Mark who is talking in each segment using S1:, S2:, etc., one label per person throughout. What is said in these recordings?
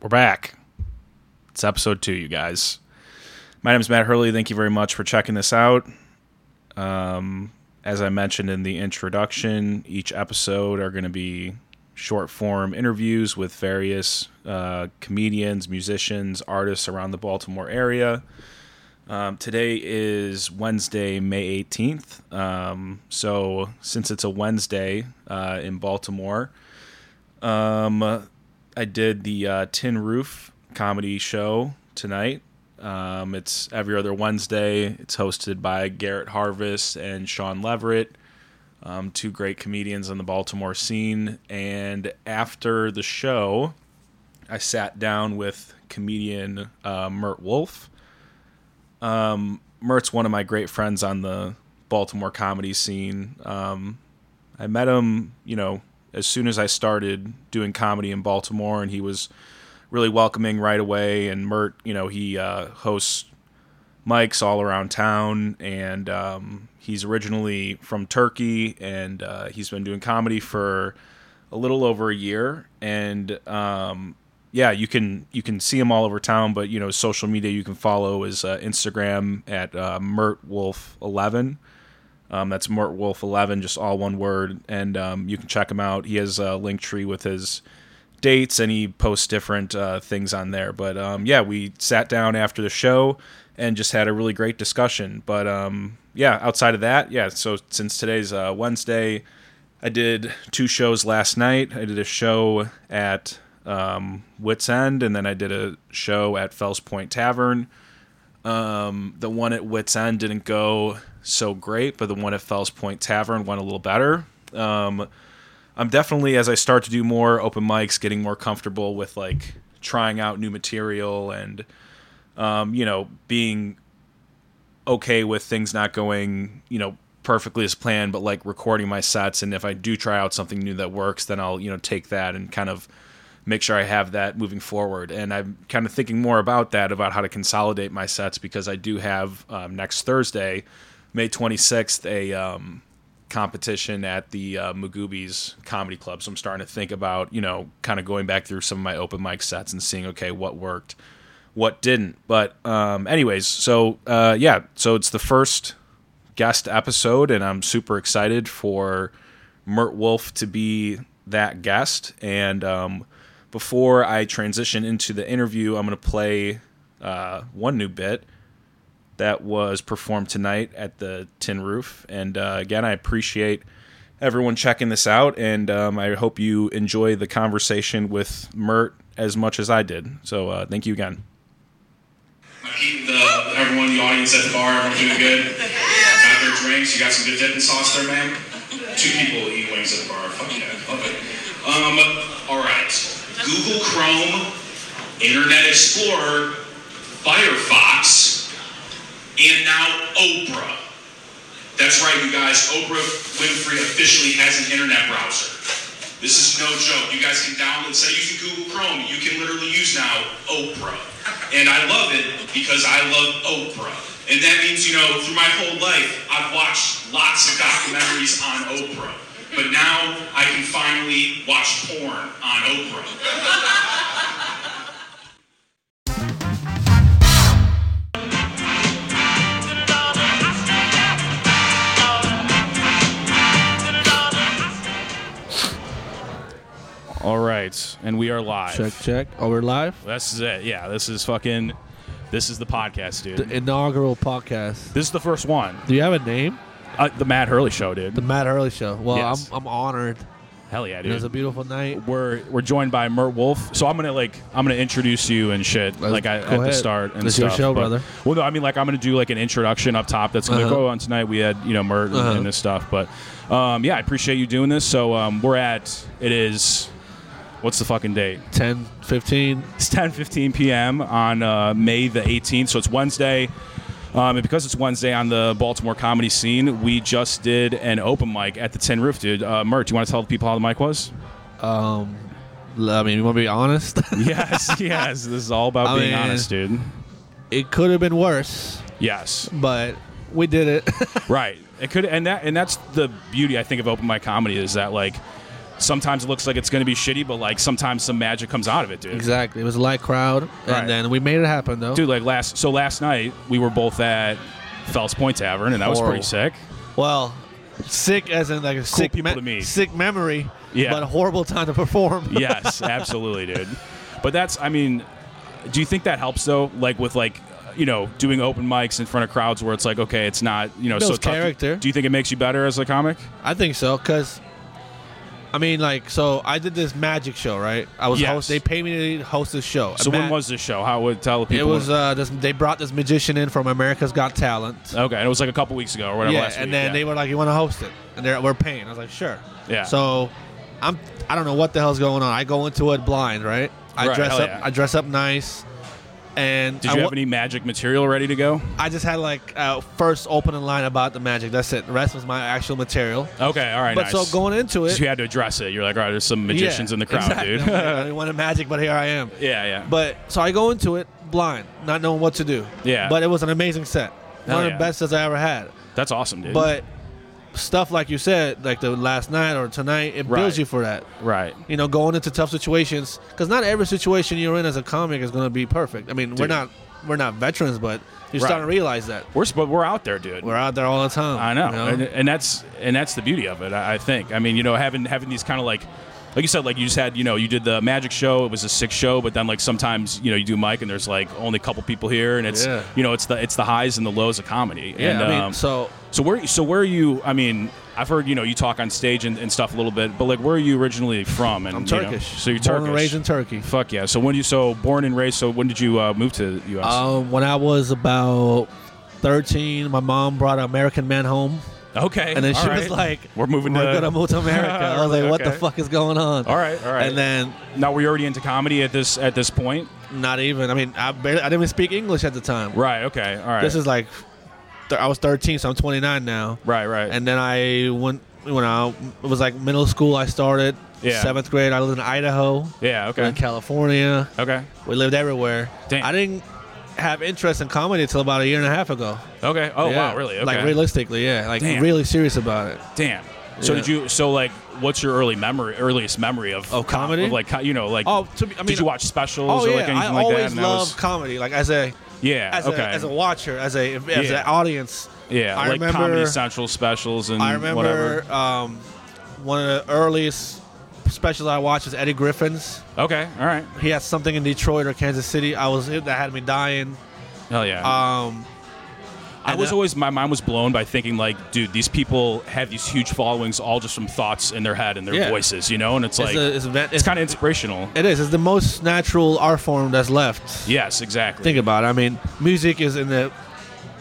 S1: We're back. It's episode two, you guys. My name is Matt Hurley. Thank you very much for checking this out. Um, as I mentioned in the introduction, each episode are going to be short form interviews with various uh, comedians, musicians, artists around the Baltimore area. Um, today is Wednesday, May 18th. Um, so, since it's a Wednesday uh, in Baltimore, um, I did the uh, Tin Roof comedy show tonight. Um, it's every other Wednesday. It's hosted by Garrett Harvest and Sean Leverett, um, two great comedians on the Baltimore scene. And after the show, I sat down with comedian uh, Mert Wolf. Um, Mert's one of my great friends on the Baltimore comedy scene. Um, I met him, you know, as soon as I started doing comedy in Baltimore, and he was really welcoming right away. And Mert, you know, he uh, hosts mics all around town, and um, he's originally from Turkey, and uh, he's been doing comedy for a little over a year. And um, yeah, you can you can see him all over town, but you know, social media you can follow is uh, Instagram at uh, MertWolf11. Um, that's Mort Wolf eleven, just all one word, and um, you can check him out. He has a link tree with his dates, and he posts different uh, things on there. But um, yeah, we sat down after the show and just had a really great discussion. But um, yeah, outside of that, yeah. So since today's uh, Wednesday, I did two shows last night. I did a show at um, Wits End, and then I did a show at Fells Point Tavern the one at Wits End didn't go so great, but the one at Fells Point Tavern went a little better. Um, I'm definitely as I start to do more open mics, getting more comfortable with like trying out new material and um, you know being okay with things not going you know perfectly as planned, but like recording my sets and if I do try out something new that works, then I'll you know take that and kind of make sure I have that moving forward. And I'm kind of thinking more about that, about how to consolidate my sets because I do have um, next Thursday, May 26th, a um, competition at the uh, Magoobies Comedy Club. So I'm starting to think about, you know, kind of going back through some of my open mic sets and seeing, okay, what worked, what didn't. But, um, anyways, so uh, yeah, so it's the first guest episode, and I'm super excited for Mert Wolf to be that guest. And um, before I transition into the interview, I'm going to play uh, one new bit that was performed tonight at the Tin Roof. And uh, again, I appreciate everyone checking this out, and um, I hope you enjoy the conversation with Mert as much as I did. So uh, thank you again.
S2: I'm keeping the, uh, everyone in the audience at the bar, everyone doing good. Got their drinks. You got some good dipping sauce there, ma'am. Two people eat wings at the bar. Fuck yeah, love it. Um, all right. Google Chrome, Internet Explorer, Firefox, and now Oprah. That's right, you guys. Oprah Winfrey officially has an internet browser. This is no joke. You guys can download, say you can Google Chrome. You can literally use now Oprah. And I love it because I love Oprah. And that means, you know, through my whole life, I've watched lots of documentaries on Oprah. But now I can finally watch porn on Oprah.
S1: All right, and we are live.
S3: Check, check. Oh, we're live?
S1: This is it. Yeah, this is fucking. This is the podcast, dude.
S3: The inaugural podcast.
S1: this is the first one.
S3: Do you have a name?
S1: Uh, the Matt Hurley Show, dude.
S3: The Matt Hurley Show. Well,
S1: Yes.
S3: I'm, I'm honored.
S1: Hell yeah,
S3: It was a
S1: dude.
S3: beautiful night.
S1: We're we're joined by Mert Wolf, so I'm gonna like I'm gonna introduce you and shit like I, at
S3: go
S1: the
S3: ahead.
S1: start and
S3: It's your
S1: stuff.
S3: show,
S1: but-
S3: brother.
S1: Well, no, I mean like I'm gonna do like an introduction up top that's gonna
S3: Uh-huh.
S1: go on tonight. We had you know Mert and-
S3: Uh-huh.
S1: and this stuff, but um, yeah, I appreciate you doing this. So um, we're at it is what's the fucking date?
S3: 10, 15.
S1: It's 10 15 p.m. on uh, May the 18th, so it's Wednesday. Um, and because it's Wednesday on the Baltimore comedy scene, we just did an open mic at the Tin Roof, dude. Uh, Mert, do you want to tell the people how the mic was?
S3: L- I mean, you want to be honest?
S1: Yes, yes. This is all about
S3: I
S1: being
S3: mean-
S1: honest, dude.
S3: it could have been worse,
S1: Yes,
S3: but we did it.
S1: right. It could, and that, and that's the beauty I think of open mic comedy is that like sometimes it looks like it's going to be shitty, but like sometimes some magic comes out of it, dude.
S3: Exactly. It was a light crowd, and
S1: Right.
S3: then we made it happen though.
S1: Dude, like last so last night we were both at Fells Point Tavern, and that was pretty sick.
S3: Well, sick as in like a sick
S1: people
S3: me-
S1: to meet.
S3: sick memory.
S1: Yeah.
S3: But a horrible time to perform.
S1: yes, absolutely, dude. But that's, I mean, do you think that helps though? Like with like, you know, doing open mics in front of crowds where it's like, okay, it's not, you know, so
S3: Builds
S1: tough.
S3: character. Uh,
S1: Do you think it makes you better as a comic?
S3: I think so, cause I mean, like, so I did this magic show, right? I was
S1: Yes.
S3: host. They paid me to host this show.
S1: So when
S3: Ma-
S1: was this show? How would tell
S3: it?
S1: people?
S3: Was uh, this, they brought this magician in from America's Got Talent?
S1: okay, and it was like a couple weeks ago or whatever.
S3: yeah,
S1: last
S3: and
S1: week,
S3: then
S1: yeah.
S3: they were like, "You want to host it?" And they're we're paying. I was like, "Sure."
S1: Yeah.
S3: So, I'm I don't know what the hell's going on. I go into it blind, right? I
S1: Right,
S3: dress
S1: hell
S3: up.
S1: yeah.
S3: I dress up nice. And
S1: Did
S3: I
S1: you
S3: wa-
S1: have any magic material ready to go?
S3: I just had like uh, first opening line about the magic. That's it. The rest was my actual material.
S1: Okay, all right.
S3: But
S1: nice.
S3: so going into it,
S1: So you had to address it. You're like, all right, there's some magicians
S3: Yeah,
S1: in the crowd,
S3: exactly.
S1: dude.
S3: I'm like, I wanted magic, but here I am.
S1: yeah, yeah.
S3: But so I go into it blind, not knowing what to do.
S1: Yeah.
S3: But it was an amazing set.
S1: Hell
S3: One
S1: yeah.
S3: of
S1: Mm-hmm.
S3: the best sets I ever had.
S1: that's awesome, dude.
S3: But stuff like you said, like the last night or tonight, it
S1: Right.
S3: builds you for that.
S1: right.
S3: You know, going into tough situations because not every situation you're in as a comic is going to be perfect. I mean, we're
S1: Dude.
S3: not we're not veterans, but you're
S1: Right.
S3: starting to realize that
S1: We're sp- we're out there, dude.
S3: we're out there all the time.
S1: I know,
S3: you
S1: And, uh, and that's and that's the beauty of it. I, I think. I mean, you know, having having these kind of like, like you said, like you just had, you know, you did the magic show. It was a sick show, but then like sometimes you know you do Mike and there's like only a couple people here, and it's
S3: Yeah.
S1: you know it's the it's the highs and the lows of comedy.
S3: Yeah,
S1: and,
S3: I mean,
S1: um,
S3: so
S1: so where so where are you? I mean, I've heard you know you talk on stage and, and stuff a little bit, but like where are you originally from? And
S3: I'm
S1: you know,
S3: Turkish.
S1: so you're Turkish.
S3: Born and raised in Turkey.
S1: Fuck yeah! So when you so born and raised? So when did you uh, move to the U.S.?
S3: Um, when I was about 13, my mom brought an American Man home,
S1: okay,
S3: and then
S1: all
S3: she
S1: right.
S3: was like,
S1: "We're moving
S3: We're
S1: to
S3: gonna move to America." I was like, "What the
S1: Okay.
S3: fuck is going on?"
S1: All right, all right.
S3: And then
S1: Now were you already into comedy at this at this point?
S3: not even. I mean, I barely, I didn't even speak English at the time.
S1: Right. Okay. All right.
S3: This is like, th- I was 13, so I'm 29 now.
S1: right. Right.
S3: And then I went when I it was like middle school. I started
S1: Yeah.
S3: seventh grade. I lived in Idaho,
S1: yeah.
S3: in
S1: Okay.
S3: California.
S1: Okay.
S3: We lived everywhere.
S1: Damn.
S3: I didn't have interest in comedy until about a year and a half ago.
S1: Okay. Oh
S3: Yeah.
S1: wow. Really. Okay.
S3: Like realistically, yeah. Like
S1: Damn.
S3: really serious about it.
S1: Damn. So
S3: Yeah.
S1: did you? So like, what's your early memory, earliest memory of
S3: Of comedy?
S1: Of like, co- you know, like,
S3: Oh, to be- I mean-
S1: did you watch specials
S3: Oh
S1: or
S3: yeah,
S1: like anything
S3: I
S1: like that?
S3: always
S1: And that
S3: love
S1: was-
S3: comedy. Like as a
S1: yeah.
S3: as
S1: okay.
S3: a as a watcher, as a as an
S1: Yeah.
S3: audience.
S1: yeah.
S3: I
S1: like
S3: remember.
S1: Comedy Central specials and
S3: I
S1: whatever.
S3: remember um, one of the earliest specials I watched was Eddie Griffin's.
S1: Okay. All right.
S3: He had something in Detroit or Kansas City. I was that had me dying.
S1: Hell yeah.
S3: Um,
S1: I
S3: And
S1: was
S3: that-
S1: always my mind was blown by thinking like, dude, these people have these huge followings, all just from thoughts in their head and their
S3: Yeah.
S1: voices, you know. And it's
S3: it's
S1: like
S3: a- it's, a-
S1: it's kind of inspirational.
S3: it is. It's the most natural art form that's left.
S1: Yes, exactly.
S3: Think about it. I mean, music is in the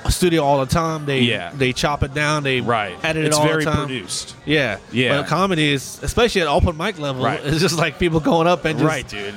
S3: studio all the time. They
S1: Yeah.
S3: they chop it down. They
S1: right.
S3: edit
S1: it's
S3: it all
S1: very
S3: the time.
S1: produced.
S3: Yeah,
S1: Yeah.
S3: But comedy is, especially at open mic level,
S1: Right.
S3: it's just like people going up and just
S1: right, dude.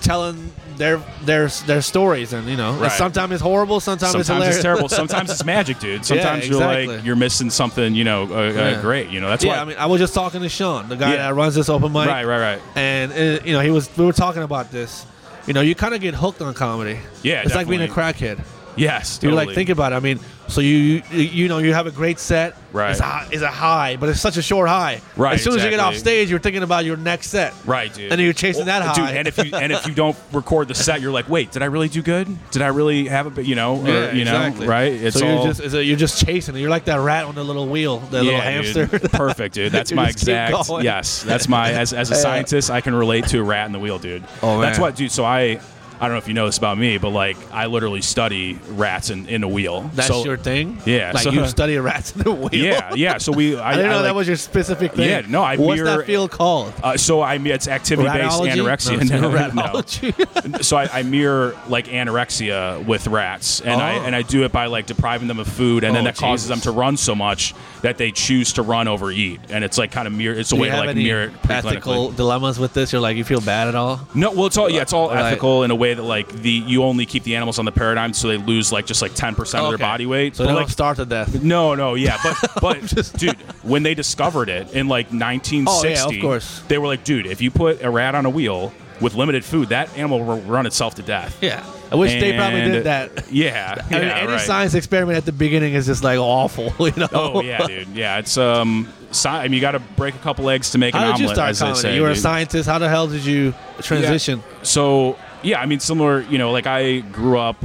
S3: telling their their their stories, and you know, and
S1: Right.
S3: sometimes it's horrible, sometimes,
S1: Sometimes
S3: it's hilarious.
S1: it's terrible. Sometimes it's magic, dude. Sometimes you're
S3: exactly.
S1: like you're missing something, you know, uh, uh,
S3: Yeah.
S1: great. You know, that's
S3: yeah,
S1: why.
S3: I mean, I was just talking to Sean, the guy
S1: Yeah.
S3: that runs this open mic,
S1: right, right, right.
S3: and uh, you know, he was we were talking about this. You know, you kind of get hooked on comedy.
S1: Yeah,
S3: it's like being a
S1: definitely.
S3: crackhead.
S1: Yes,
S3: You're
S1: totally.
S3: like, think about it. I mean, so you you, you know, you have a great set.
S1: Right.
S3: it's a, it's a high, but it's such a short high.
S1: Right,
S3: As soon as you get off
S1: exactly.
S3: stage, you're thinking about your next set.
S1: Right, dude.
S3: And you're chasing
S1: Well,
S3: that high.
S1: Dude, and if you and if you don't record the set, you're like, wait, did I really do good? Did I really have a, bit- you know, or, you know, right?
S3: so
S1: all,
S3: you're just it's a- you're just chasing it. You're like that rat on the little wheel, the little hamster.
S1: dude. Perfect, dude. That's
S3: You
S1: my
S3: just keep
S1: exact.
S3: going.
S1: Yes, that's my. As, as a scientist, I can relate to a rat in the wheel, dude.
S3: Oh,
S1: That's
S3: man.
S1: what, dude. So I, I don't know if you know this about me, but like I literally study rats in, in a wheel.
S3: That's
S1: so,
S3: your thing.
S1: Yeah,
S3: like
S1: so-
S3: you study rats in the wheel.
S1: Yeah, yeah. So we. I,
S3: I didn't know that
S1: like-
S3: was your specific thing.
S1: Yeah, no, I
S3: What's
S1: mirror-
S3: that field called?
S1: Uh, so I mean, it's activity-based
S3: Ratology?
S1: anorexia.
S3: No, it's
S1: No.
S3: not ratology.
S1: so I, I mirror like anorexia with rats, and I
S3: Oh.
S1: and I do it by like depriving them of food, and then
S3: Oh,
S1: that causes them
S3: Jesus.
S1: to run so much that they choose to run over eat, and it's like kind of mirror. It's a
S3: Do
S1: way
S3: you
S1: to
S3: have
S1: like
S3: any
S1: mirror it preclinically.
S3: ethical dilemmas with this? You're like you feel bad at all?
S1: No, well, it's all yeah, it's all
S3: Right.
S1: ethical in a way that like the you only keep the animals on the paradigm, so they lose like just like ten percent of
S3: Okay.
S1: their body weight.
S3: So
S1: But,
S3: they
S1: like,
S3: don't start to death.
S1: no, no, yeah, but but dude, when they discovered it in like 1960,
S3: Oh, yeah, of course.
S1: they were like, dude, if you put a rat on a wheel with limited food, that animal will run itself to death.
S3: Yeah, I wish they probably
S1: And-
S3: did that.
S1: Yeah,
S3: I mean,
S1: yeah,
S3: any
S1: right.
S3: science experiment at the beginning is just like awful, you know.
S1: Oh yeah, dude. Yeah, it's um, sci- I mean, you got to break a couple eggs to make an
S3: How did
S1: omelet.
S3: you start
S1: as they
S3: comedy?
S1: say,
S3: You were a
S1: dude.
S3: scientist. How the hell did you transition?
S1: So yeah, I mean, similar. You know, like I grew up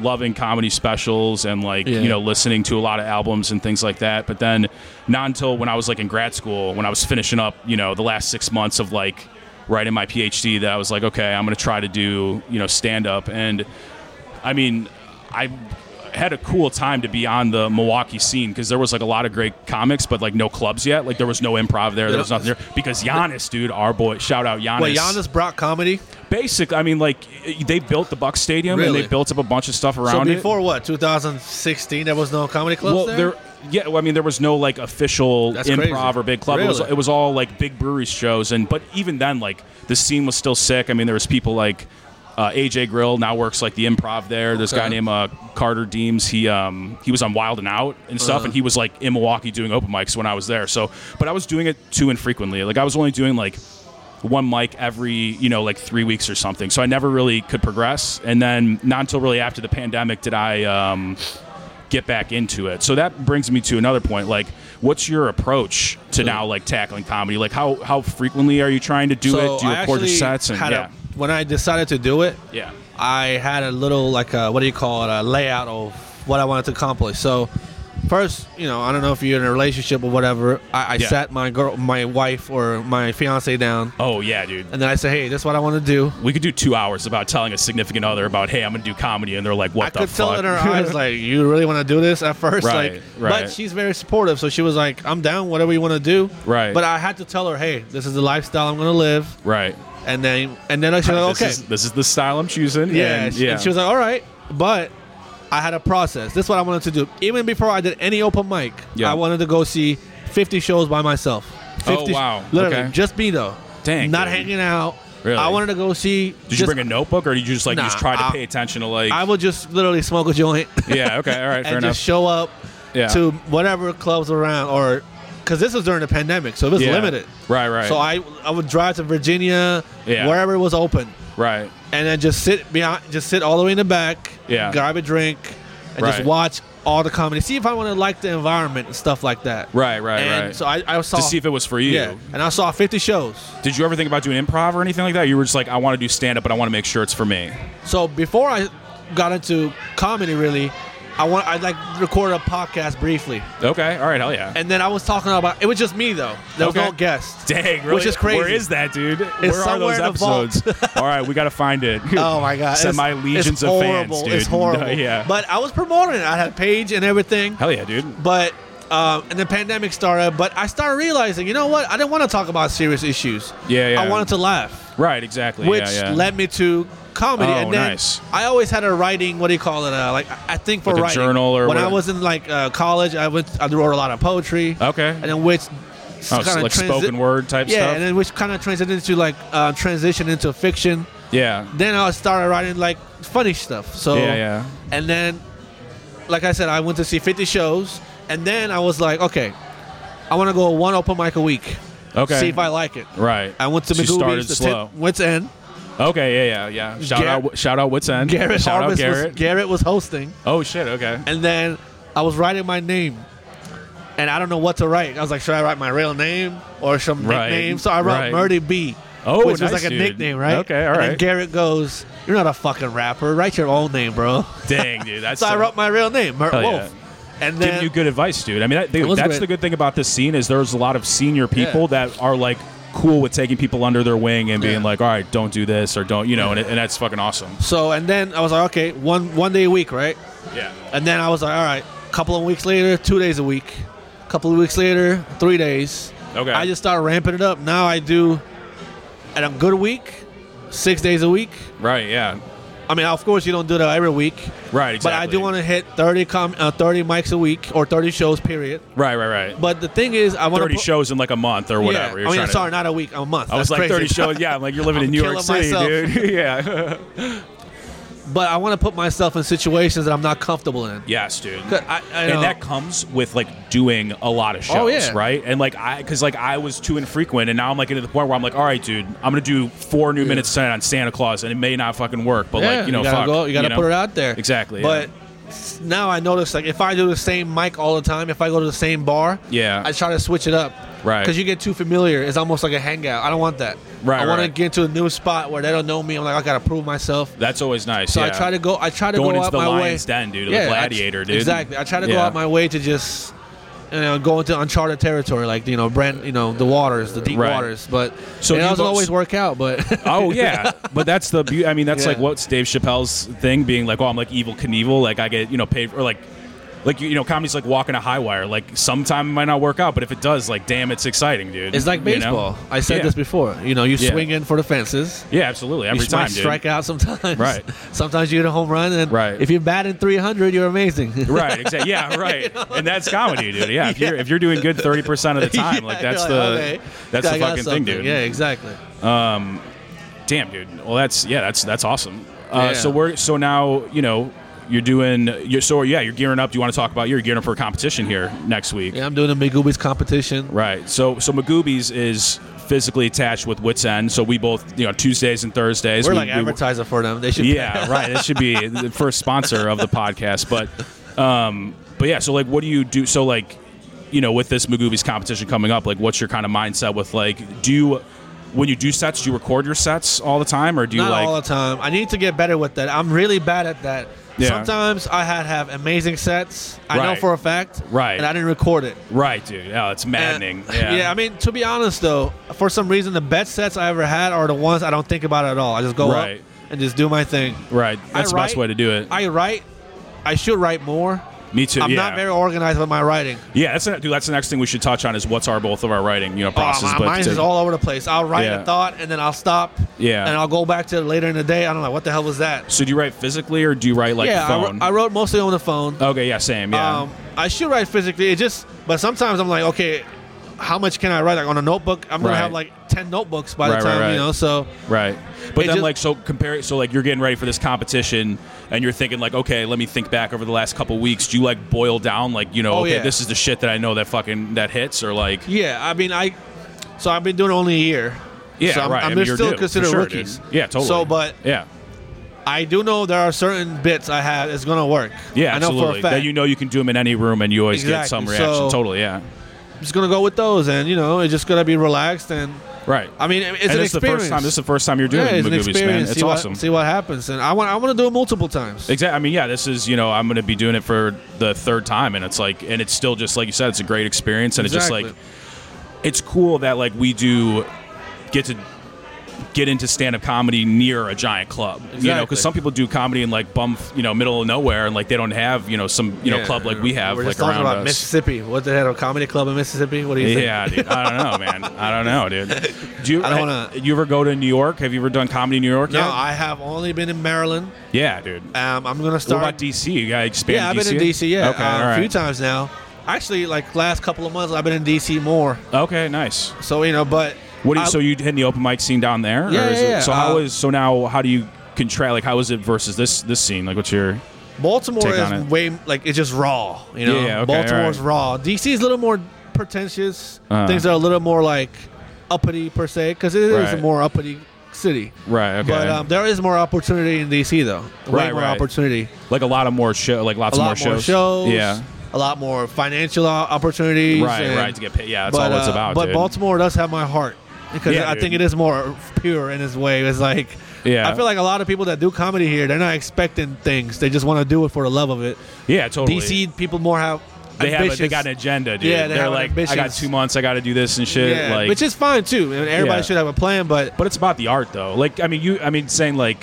S1: loving comedy specials and like
S3: Yeah.
S1: you know listening to a lot of albums and things like that. But then not until when I was like in grad school, when I was finishing up, you know, the last six months of like writing my PhD, that I was like, okay, I'm gonna try to do you know stand up. And I mean, I had a cool time to be on the Milwaukee scene because there was like a lot of great comics, but like no clubs yet. Like there was no improv there. There was nothing there because Giannis, dude, our boy, shout out Giannis.
S3: Wait, Giannis brought comedy.
S1: Basic. I mean, like they built the Buck Stadium
S3: Really?
S1: and they built up a bunch of stuff
S3: So
S1: around
S3: before what? 2016. There was no comedy
S1: it.
S3: clubs
S1: Well,
S3: there.
S1: there. Yeah, well, I mean, there was no like official
S3: That's
S1: improv
S3: crazy.
S1: or big club. It was
S3: Really?
S1: it was all like big breweries shows, and but even then, like the scene was still sick. I mean, there was people like uh, AJ Grill now works like the improv there. This
S3: Okay.
S1: guy named uh, Carter Deems. He um he was on Wild and Out and
S3: Uh-huh.
S1: stuff, and he was like in Milwaukee doing open mics when I was there. So, but I was doing it too infrequently. Like I was only doing like one mic every you know like three weeks or something so i never really could progress and then not until really after the pandemic did i um, get back into it so that brings me to another point like what's your approach to now like tackling comedy like how how frequently are you trying to do
S3: so
S1: it do you
S3: I
S1: record your
S3: actually
S1: sets and
S3: had
S1: yeah
S3: a, when I decided to do it,
S1: yeah
S3: I had a little like a what do you call it a layout of what I wanted to accomplish. So first, you know, I don't know if you're in a relationship or whatever. I, I
S1: Yeah.
S3: sat my girl, my wife or my fiance down,
S1: oh yeah dude
S3: and then I said, "Hey, this is what I want to do."
S1: we could do two hours about telling a significant other about hey i'm gonna do comedy and they're like what
S3: I
S1: the
S3: could
S1: fuck
S3: tell in her eyes like, "You really want to do this?" At first,
S1: Right,
S3: like,
S1: right.
S3: but she's very supportive, so she was like, "I'm down, whatever you want to do."
S1: Right.
S3: But I had to tell her, "Hey, this is the lifestyle I'm going to live,"
S1: right
S3: and then and then I said,
S1: this,
S3: Oh, "Okay."
S1: is, this is the style i'm choosing
S3: Yeah,
S1: and,
S3: sh-
S1: yeah
S3: And she was like, "All right," but I had a process. This is what I wanted to do. Even before I did any open mic,
S1: Yeah.
S3: I wanted to go see 50 shows by myself. 50
S1: Oh,
S3: sh-
S1: wow.
S3: Literally,
S1: Okay.
S3: just me though.
S1: Dang,
S3: Not
S1: dude.
S3: hanging out.
S1: Really?
S3: I wanted to go see.
S1: did you bring a notebook or did you just like
S3: Nah,
S1: you just try to
S3: I-
S1: pay attention to like
S3: I would just literally smoke a joint
S1: yeah okay all right fair
S3: and
S1: enough
S3: just show up
S1: Yeah.
S3: to whatever clubs around or. Because this was during the pandemic, so it was
S1: Yeah.
S3: limited.
S1: Right, right.
S3: So I, I would drive to Virginia,
S1: Yeah.
S3: wherever it was open,
S1: right
S3: and then just sit behind, just sit all the way in the back.
S1: Yeah.
S3: Grab a drink, and just
S1: Right.
S3: watch all the comedy. See if I want to like the environment and stuff like that.
S1: Right, right,
S3: and
S1: right.
S3: So I, I saw
S1: to see if it was for you.
S3: yeah, and I saw fifty shows.
S1: Did you ever think about doing improv or anything like that? You were just like, I want to do stand up, but I want to make sure it's for me.
S3: So before I got into comedy, really, I want I like recorded a podcast briefly,
S1: Okay, all right, hell yeah.
S3: and then I was talking about it was just me though. There was
S1: Okay.
S3: no guest.
S1: Dang, really?
S3: Which is crazy.
S1: Where is that, dude? Where are
S3: somewhere
S1: those
S3: in the vault.
S1: episodes? all right, we got to find it.
S3: Oh my god!
S1: Send
S3: it's-
S1: my
S3: it's
S1: legions of
S3: horrible.
S1: fans, dude.
S3: It's horrible.
S1: No, yeah.
S3: But I was promoting it. I had a page and everything.
S1: hell yeah, dude.
S3: but um, and the pandemic started. But I started realizing, you know what? I didn't want to talk about serious issues.
S1: Yeah, yeah.
S3: I wanted to laugh,
S1: Right, exactly.
S3: which
S1: yeah, yeah.
S3: led me to comedy.
S1: Oh,
S3: and then
S1: nice.
S3: I always had a writing. What do you call it? Uh, like I think for
S1: Like a
S3: writing
S1: journal or
S3: when I
S1: what?
S3: was in like uh, college, I went. I wrote a lot of poetry.
S1: Okay.
S3: and then which.
S1: Oh, so
S3: kinda
S1: like
S3: transi-
S1: spoken word type
S3: yeah,
S1: stuff?
S3: and then which kind of transitioned into like uh, transition into fiction.
S1: yeah.
S3: Then I started writing like funny stuff. So
S1: Yeah, yeah.
S3: and then, like I said, I went to see 50 shows, and then I was like, okay, I want to go one open mic a week.
S1: Okay.
S3: See if I like it.
S1: Right.
S3: I went to
S1: So you started
S3: Magoobies, the
S1: slow.
S3: tenth- Wits End.
S1: Okay, yeah, yeah, yeah. Shout
S3: Gar-
S1: out, shout out, Wits End.
S3: Garrett
S1: shout out,
S3: Harvest
S1: Garrett.
S3: was Garrett was hosting,
S1: oh shit. Okay.
S3: and then I was writing my name, and I don't know what to write. I was like, should I write my real name or some
S1: Right,
S3: nickname? So I wrote
S1: right.
S3: Murdy B.
S1: Oh,
S3: which was
S1: nice,
S3: like a
S1: dude.
S3: nickname, right?
S1: Okay, all
S3: and Then
S1: right.
S3: Garrett goes, "You're not a fucking rapper. Write your own name, bro."
S1: Dang, dude. That's
S3: So I
S1: some-
S3: wrote my real name, Mert
S1: Hell yeah.
S3: Wolf. And then
S1: giving you good advice, dude. I mean, that, dude,
S3: It was
S1: that's
S3: great.
S1: the good thing about this scene is there's a lot of senior people that are like cool with taking people under their wing and being
S3: Yeah.
S1: like, all right, don't do this or don't, you know, and, it, and that's fucking awesome.
S3: So and then I was like, okay, one one day a week, right?
S1: Yeah.
S3: And then I was like, all right, couple of weeks later, two days a week. Couple of weeks later, three days.
S1: Okay.
S3: I just started ramping it up. Now I do, at a good week, six days a week.
S1: Right. Yeah.
S3: I mean, of course, you don't do that every week,
S1: Right. Exactly.
S3: but I do want to hit thirty com- uh, thirty mics a week or thirty shows, period.
S1: Right. Right. Right.
S3: But the thing is, I want to
S1: Thirty shows in like a month or whatever. You're
S3: Yeah, I mean,
S1: trying
S3: I'm
S1: to-
S3: sorry, not a week, a month.
S1: I was
S3: That's
S1: like
S3: crazy.
S1: thirty shows. Yeah. I'm like you're living in New York
S3: killing
S1: City,
S3: myself.
S1: dude. yeah.
S3: But I want to put myself in situations that I'm not comfortable in.
S1: yes, dude.
S3: 'Cause I- I know-
S1: and that comes with like doing a lot of shows,
S3: Oh, yeah.
S1: right? And like I, because like I was too infrequent, and now I'm like into the point where I'm like, all right, dude, I'm gonna do four new minutes tonight on Santa Claus, and it may not fucking work, but
S3: Yeah,
S1: like you know,
S3: gotta
S1: fuck,
S3: go, you gotta
S1: know?
S3: put it out there.
S1: Exactly, yeah.
S3: But now I notice like if I do the same mic all the time, if I go to the same bar,
S1: Yeah.
S3: I try to switch it up,
S1: Right.
S3: Because you get too familiar, it's almost like a hangout. I don't want that,
S1: Right,
S3: I want
S1: right.
S3: to get to a new spot where they don't know me. I'm like, I gotta prove myself.
S1: That's always nice.
S3: So I
S1: yeah.
S3: try to go. I try to
S1: Going
S3: go
S1: into
S3: out
S1: the
S3: my
S1: lion's
S3: way.
S1: den, dude, or the
S3: I tr-
S1: gladiator, dude.
S3: Exactly. I try to go
S1: Yeah.
S3: out my way to just you know go into uncharted territory, like you know, brand, you know, the waters, the deep
S1: Right.
S3: waters. But
S1: So
S3: so it
S1: you
S3: doesn't
S1: both-
S3: always work out. But
S1: Oh yeah, but that's the beauty. I mean, that's
S3: Yeah.
S1: like what's Dave Chappelle's thing, being like, "Oh, I'm like evil Knievel. Like I get you know paid or like." Like you you know, comedy's like walking a high wire. Like sometime it might not work out, but if it does, like damn, it's exciting, dude.
S3: it's like
S1: You know?
S3: baseball. I said
S1: Yeah.
S3: this before. You know, you
S1: Yeah.
S3: swing in for the fences.
S1: Yeah, absolutely. Every
S3: you
S1: time,
S3: might
S1: dude.
S3: strike out sometimes.
S1: Right.
S3: Sometimes you hit a home run, and
S1: Right.
S3: if you're batting 300, you're amazing.
S1: Right, exactly. Yeah, right. And that's comedy, dude. Yeah, if you're if you're doing good thirty percent of the time, like
S3: Yeah,
S1: that's
S3: you're
S1: the
S3: okay,
S1: that's the
S3: I got
S1: fucking thing,
S3: something.
S1: dude.
S3: Yeah, exactly.
S1: Damn, dude. Well, that's yeah, that's that's awesome. Uh,
S3: Yeah.
S1: So we're so now you know you're doing you're so yeah you're gearing up. Do you want to talk about you're gearing up for a competition here next week?
S3: Yeah, I'm doing a Big Goobies competition.
S1: Right. So so Magoobies is physically attached with Wits End. So we both you know Tuesdays and Thursdays.
S3: We're
S1: we-
S3: like
S1: we-
S3: advertising for them. They should.
S1: Yeah, right. That should be the first sponsor of the podcast. But um, but yeah. So like, what do you do? So like, you know, with this Magoobies competition coming up, like, what's your kind of mindset with like, do you when you do sets, do you record your sets all the time, or do you
S3: Not
S1: like?
S3: all the time. I need to get better with that. I'm really bad at that.
S1: Yeah.
S3: Sometimes I had have amazing sets. I
S1: Right.
S3: know for a fact.
S1: Right.
S3: And I didn't record it.
S1: Right, dude. Yeah, it's maddening.
S3: And-
S1: yeah.
S3: Uh, I mean, to be honest though, for some reason, the best sets I ever had are the ones I don't think about at all. I just go
S1: Right.
S3: up and just do my thing.
S1: right. That's the best
S3: write-
S1: way to do it.
S3: I write. I should write more.
S1: Me too.
S3: I'm
S1: yeah.
S3: not very organized with my writing.
S1: yeah. That's the- dude. That's the next thing we should touch on is what's our both of our writing, you know, process.
S3: Oh, my
S1: but
S3: mind is
S1: to-
S3: all over the place. I'll write
S1: Yeah.
S3: a thought and then I'll stop.
S1: Yeah.
S3: And I'll go back to it later in the day. I don't know what the hell was that.
S1: So do you write physically or do you write like
S3: yeah, I wr-
S1: phone?
S3: I wrote mostly on the phone.
S1: okay. Yeah. Same. Yeah.
S3: Um, I should write physically. It just, but sometimes I'm like, okay, how much can I write? Like on a notebook, I'm gonna
S1: Right.
S3: have like ten notebooks by
S1: Right,
S3: the
S1: right,
S3: time
S1: right.
S3: you know. So
S1: Right. But
S3: It
S1: then,
S3: just-
S1: like, so compare. So, like, you're getting ready for this competition, and you're thinking, like, okay, let me think back over the last couple weeks. Do you like boil down, like, you know,
S3: Oh,
S1: okay,
S3: yeah.
S1: this is the shit that I know that fucking that hits, or like,
S3: yeah, I mean, I, so I've been doing it only a year.
S1: yeah,
S3: so I'm,
S1: right.
S3: I'm
S1: I mean, you're
S3: still
S1: due, for
S3: considered
S1: sure, dude.
S3: rookies.
S1: Yeah, totally.
S3: So, but
S1: yeah,
S3: I do know there are certain bits I have that's gonna work.
S1: yeah,
S3: I know
S1: absolutely.
S3: for a fact.
S1: That you know you can do them in any room, and you always get
S3: Exactly.
S1: some reaction.
S3: So-
S1: totally. Yeah.
S3: I'm just gonna go with those, and you know, it's just gonna be relaxed. And
S1: Right.
S3: I mean, it's
S1: and
S3: an
S1: this is the
S3: experience.
S1: first time. This is the first time you're doing
S3: yeah, it's an
S1: Magoobies, man.
S3: experience.
S1: It's
S3: see what-
S1: awesome.
S3: see what happens, and I want I want to do it multiple times.
S1: Exactly. I mean, yeah, this is, you know, I'm going to be doing it for the third time. And it's like, and it's still just, like you said, it's a great experience. And
S3: Exactly.
S1: it's just like, it's cool that, like, we do get to get into stand up comedy near a giant club. You know,
S3: Exactly.
S1: because some people do comedy in, like, bum, you know, middle of nowhere and, like, they don't have, you know, some, you know,
S3: Yeah.
S1: club like we have,
S3: We're
S1: like,
S3: just talking
S1: around
S3: about
S1: us.
S3: Mississippi. What the hell? A comedy club in Mississippi? What do you think?
S1: Yeah, dude. I don't know, man. I don't know, dude. Do you,
S3: I don't wanna-
S1: You ever go to New York? Have you ever done comedy in New York?
S3: No,
S1: yet?
S3: I have only been in Maryland.
S1: yeah, dude.
S3: Um, I'm gonna
S1: What
S3: start.
S1: about DC? You got to expand.
S3: yeah, I've been in DC. Yeah,
S1: Okay.
S3: uh,
S1: all
S3: a few
S1: right.
S3: times now. Actually, like last couple of months, I've been in DC more.
S1: Okay. Nice.
S3: So you know, but
S1: What do you,
S3: I-
S1: so you hitting the open mic scene down there?
S3: Yeah,
S1: or is
S3: yeah,
S1: it,
S3: yeah.
S1: So how
S3: Uh,
S1: is so now? How do you contrast? Like how is it versus this this scene? Like what's your
S3: Baltimore
S1: take
S3: is
S1: on it?
S3: way like it's just raw. You know,
S1: Yeah, yeah, okay,
S3: Baltimore's
S1: alright.
S3: raw. DC is a little more pretentious.
S1: Uh-huh.
S3: Things are a little more like uppity per se, because it is a
S1: Right.
S3: more uppity city.
S1: right? Okay,
S3: But um, there is more opportunity in DC though. Way
S1: Right,
S3: more
S1: right.
S3: opportunity.
S1: like a lot of more show, like lots
S3: a
S1: of
S3: lot
S1: more shows. Yeah,
S3: a lot more financial o- opportunities.
S1: right,
S3: and-
S1: right. To get paid. Yeah, that's
S3: but,
S1: all it's
S3: uh,
S1: about.
S3: But
S1: dude.
S3: Baltimore does have my heart because
S1: Yeah,
S3: I
S1: dude.
S3: think it is more pure in its way. It's like
S1: Yeah.
S3: I feel like a lot of people that do comedy here, they're not expecting things. They just want to do it for the love of it.
S1: yeah, totally.
S3: DC people more have
S1: they have a,
S3: ambitious,
S1: they got an agenda, dude.
S3: Yeah, they
S1: are
S3: have an
S1: like, I got
S3: ambitious-
S1: two months, I got to do this and shit.
S3: yeah,
S1: like,
S3: which is fine too. And everybody
S1: Yeah.
S3: should have a plan, but
S1: But it's about the art, though. Like, I mean, you, I mean, saying like,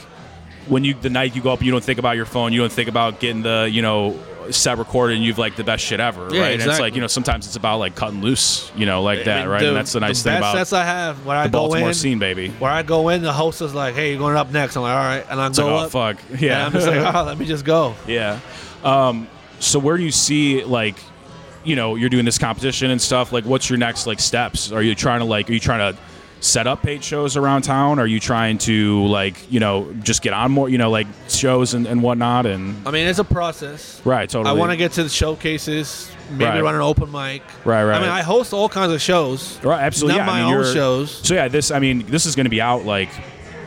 S1: when you the night you go up, you don't think about your phone, you don't think about getting the, you know, set recorded, and you've like the best shit ever,
S3: Yeah,
S1: right? And it's
S3: exactly.
S1: like, you know, sometimes it's about like cutting loose, you know, like
S3: I
S1: that,
S3: mean,
S1: right?
S3: the-
S1: and that's the nice thing
S3: best
S1: about
S3: sets I have when I
S1: the
S3: go
S1: Baltimore
S3: in.
S1: scene, baby.
S3: Where I go in, the host is like, "Hey, you're going up next." I'm like, "All right," and I
S1: It's like,
S3: go
S1: oh
S3: up.
S1: fuck,
S3: And
S1: yeah,
S3: I'm just like, "Oh, let me just go."
S1: yeah. Um, so where do you see like? You know, you're doing this competition and stuff. Like, what's your next like steps? Are you trying to like? Are you trying to set up paid shows around town? Are you trying to like, you know, just get on more, you know, like shows and, and whatnot? And
S3: I mean, it's a process.
S1: Right, totally.
S3: I want to get to the showcases, maybe
S1: Right.
S3: run an open mic.
S1: Right, right.
S3: I mean, I host all kinds of shows.
S1: right, absolutely.
S3: Not
S1: yeah, I
S3: my
S1: mean,
S3: own
S1: you're-
S3: shows.
S1: So yeah, this I mean, this is going to be out like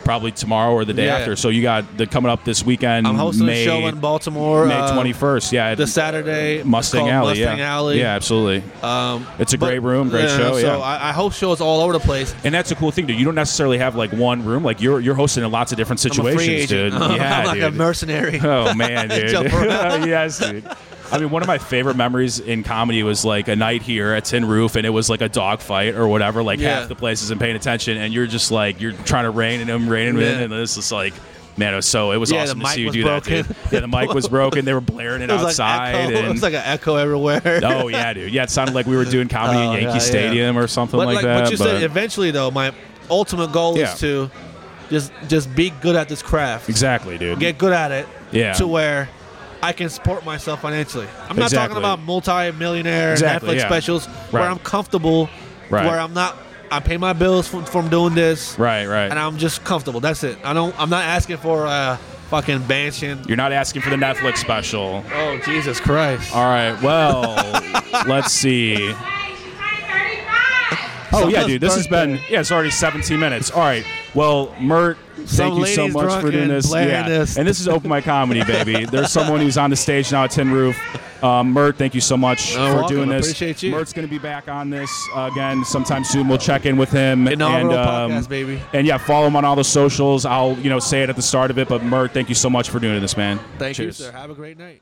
S1: probably tomorrow or the day
S3: Yeah.
S1: after. So you got the coming up this weekend.
S3: I'm hosting
S1: May,
S3: a show in Baltimore.
S1: May
S3: uh,
S1: twenty first. Yeah,
S3: this Saturday. It's
S1: Mustang
S3: called
S1: Alley.
S3: Mustang
S1: yeah,
S3: Alley.
S1: yeah, absolutely.
S3: Um,
S1: It's a
S3: but-
S1: great room, great show,
S3: So
S1: yeah.
S3: I, I host shows all over the place.
S1: And that's a cool thing, dude. You don't necessarily have like one room. Like you're you're hosting in lots of different
S3: I'm a
S1: situations,
S3: free
S1: dude.
S3: agent.
S1: Yeah,
S3: I'm like
S1: dude.
S3: a mercenary.
S1: Oh man, dude.
S3: Jump around.
S1: yes, dude. I mean, one of my favorite memories in comedy was like a night here at Tin Roof, and it was like a dog fight or whatever. Like
S3: Yeah.
S1: half the place isn't paying attention, and you're just like you're trying to rein in them, rein them in,
S3: Yeah.
S1: and this is like. Man, it was so it was
S3: Yeah,
S1: awesome
S3: the
S1: to
S3: mic
S1: see you
S3: was
S1: do that, dude.
S3: broken.
S1: Yeah, the mic was broken. They were blaring it,
S3: It was
S1: outside.
S3: Like echo.
S1: and,
S3: It was like an echo everywhere.
S1: oh yeah, dude. Yeah, it sounded like we were doing comedy
S3: Oh,
S1: in Yankee
S3: yeah, yeah.
S1: Stadium or something
S3: but
S1: like,
S3: like
S1: that.
S3: what you
S1: but-
S3: said, eventually though, my ultimate goal
S1: Yeah.
S3: is to just just be good at this craft.
S1: exactly, dude.
S3: Get good at it.
S1: Yeah.
S3: To where I can support myself financially. I'm not
S1: Exactly.
S3: talking about multi-millionaire
S1: Exactly,
S3: Netflix
S1: yeah.
S3: specials where
S1: Right.
S3: I'm comfortable,
S1: Right.
S3: where I'm not. I pay my bills from, from doing this,
S1: right, right.
S3: and I'm just comfortable. That's it. I don't. I'm not asking for a fucking mansion.
S1: You're not asking for the Netflix special.
S3: Oh Jesus Christ!
S1: All right. Well, let's see. Oh yeah, dude. This has been yeah. It's already 17 minutes. All right. Well, Mert,
S3: Some
S1: thank you so
S3: lady's
S1: much for
S3: drunk
S1: doing
S3: and
S1: this.
S3: blaring
S1: Yeah.
S3: this.
S1: And this is open mic comedy, baby. There's someone who's on the stage now at Tin Roof. Um, Mert, thank you so much
S3: You're
S1: for
S3: welcome.
S1: doing this.
S3: Appreciate you.
S1: Mert's going to be back on this uh, again sometime soon. We'll check in with him.
S3: Inaugural
S1: and, um,
S3: podcast, baby.
S1: And yeah, follow him on all the socials. I'll you know say it at the start of it. But Mert, thank you so much for doing this, man.
S3: Thank
S1: Cheers.
S3: you, sir. Have a great night.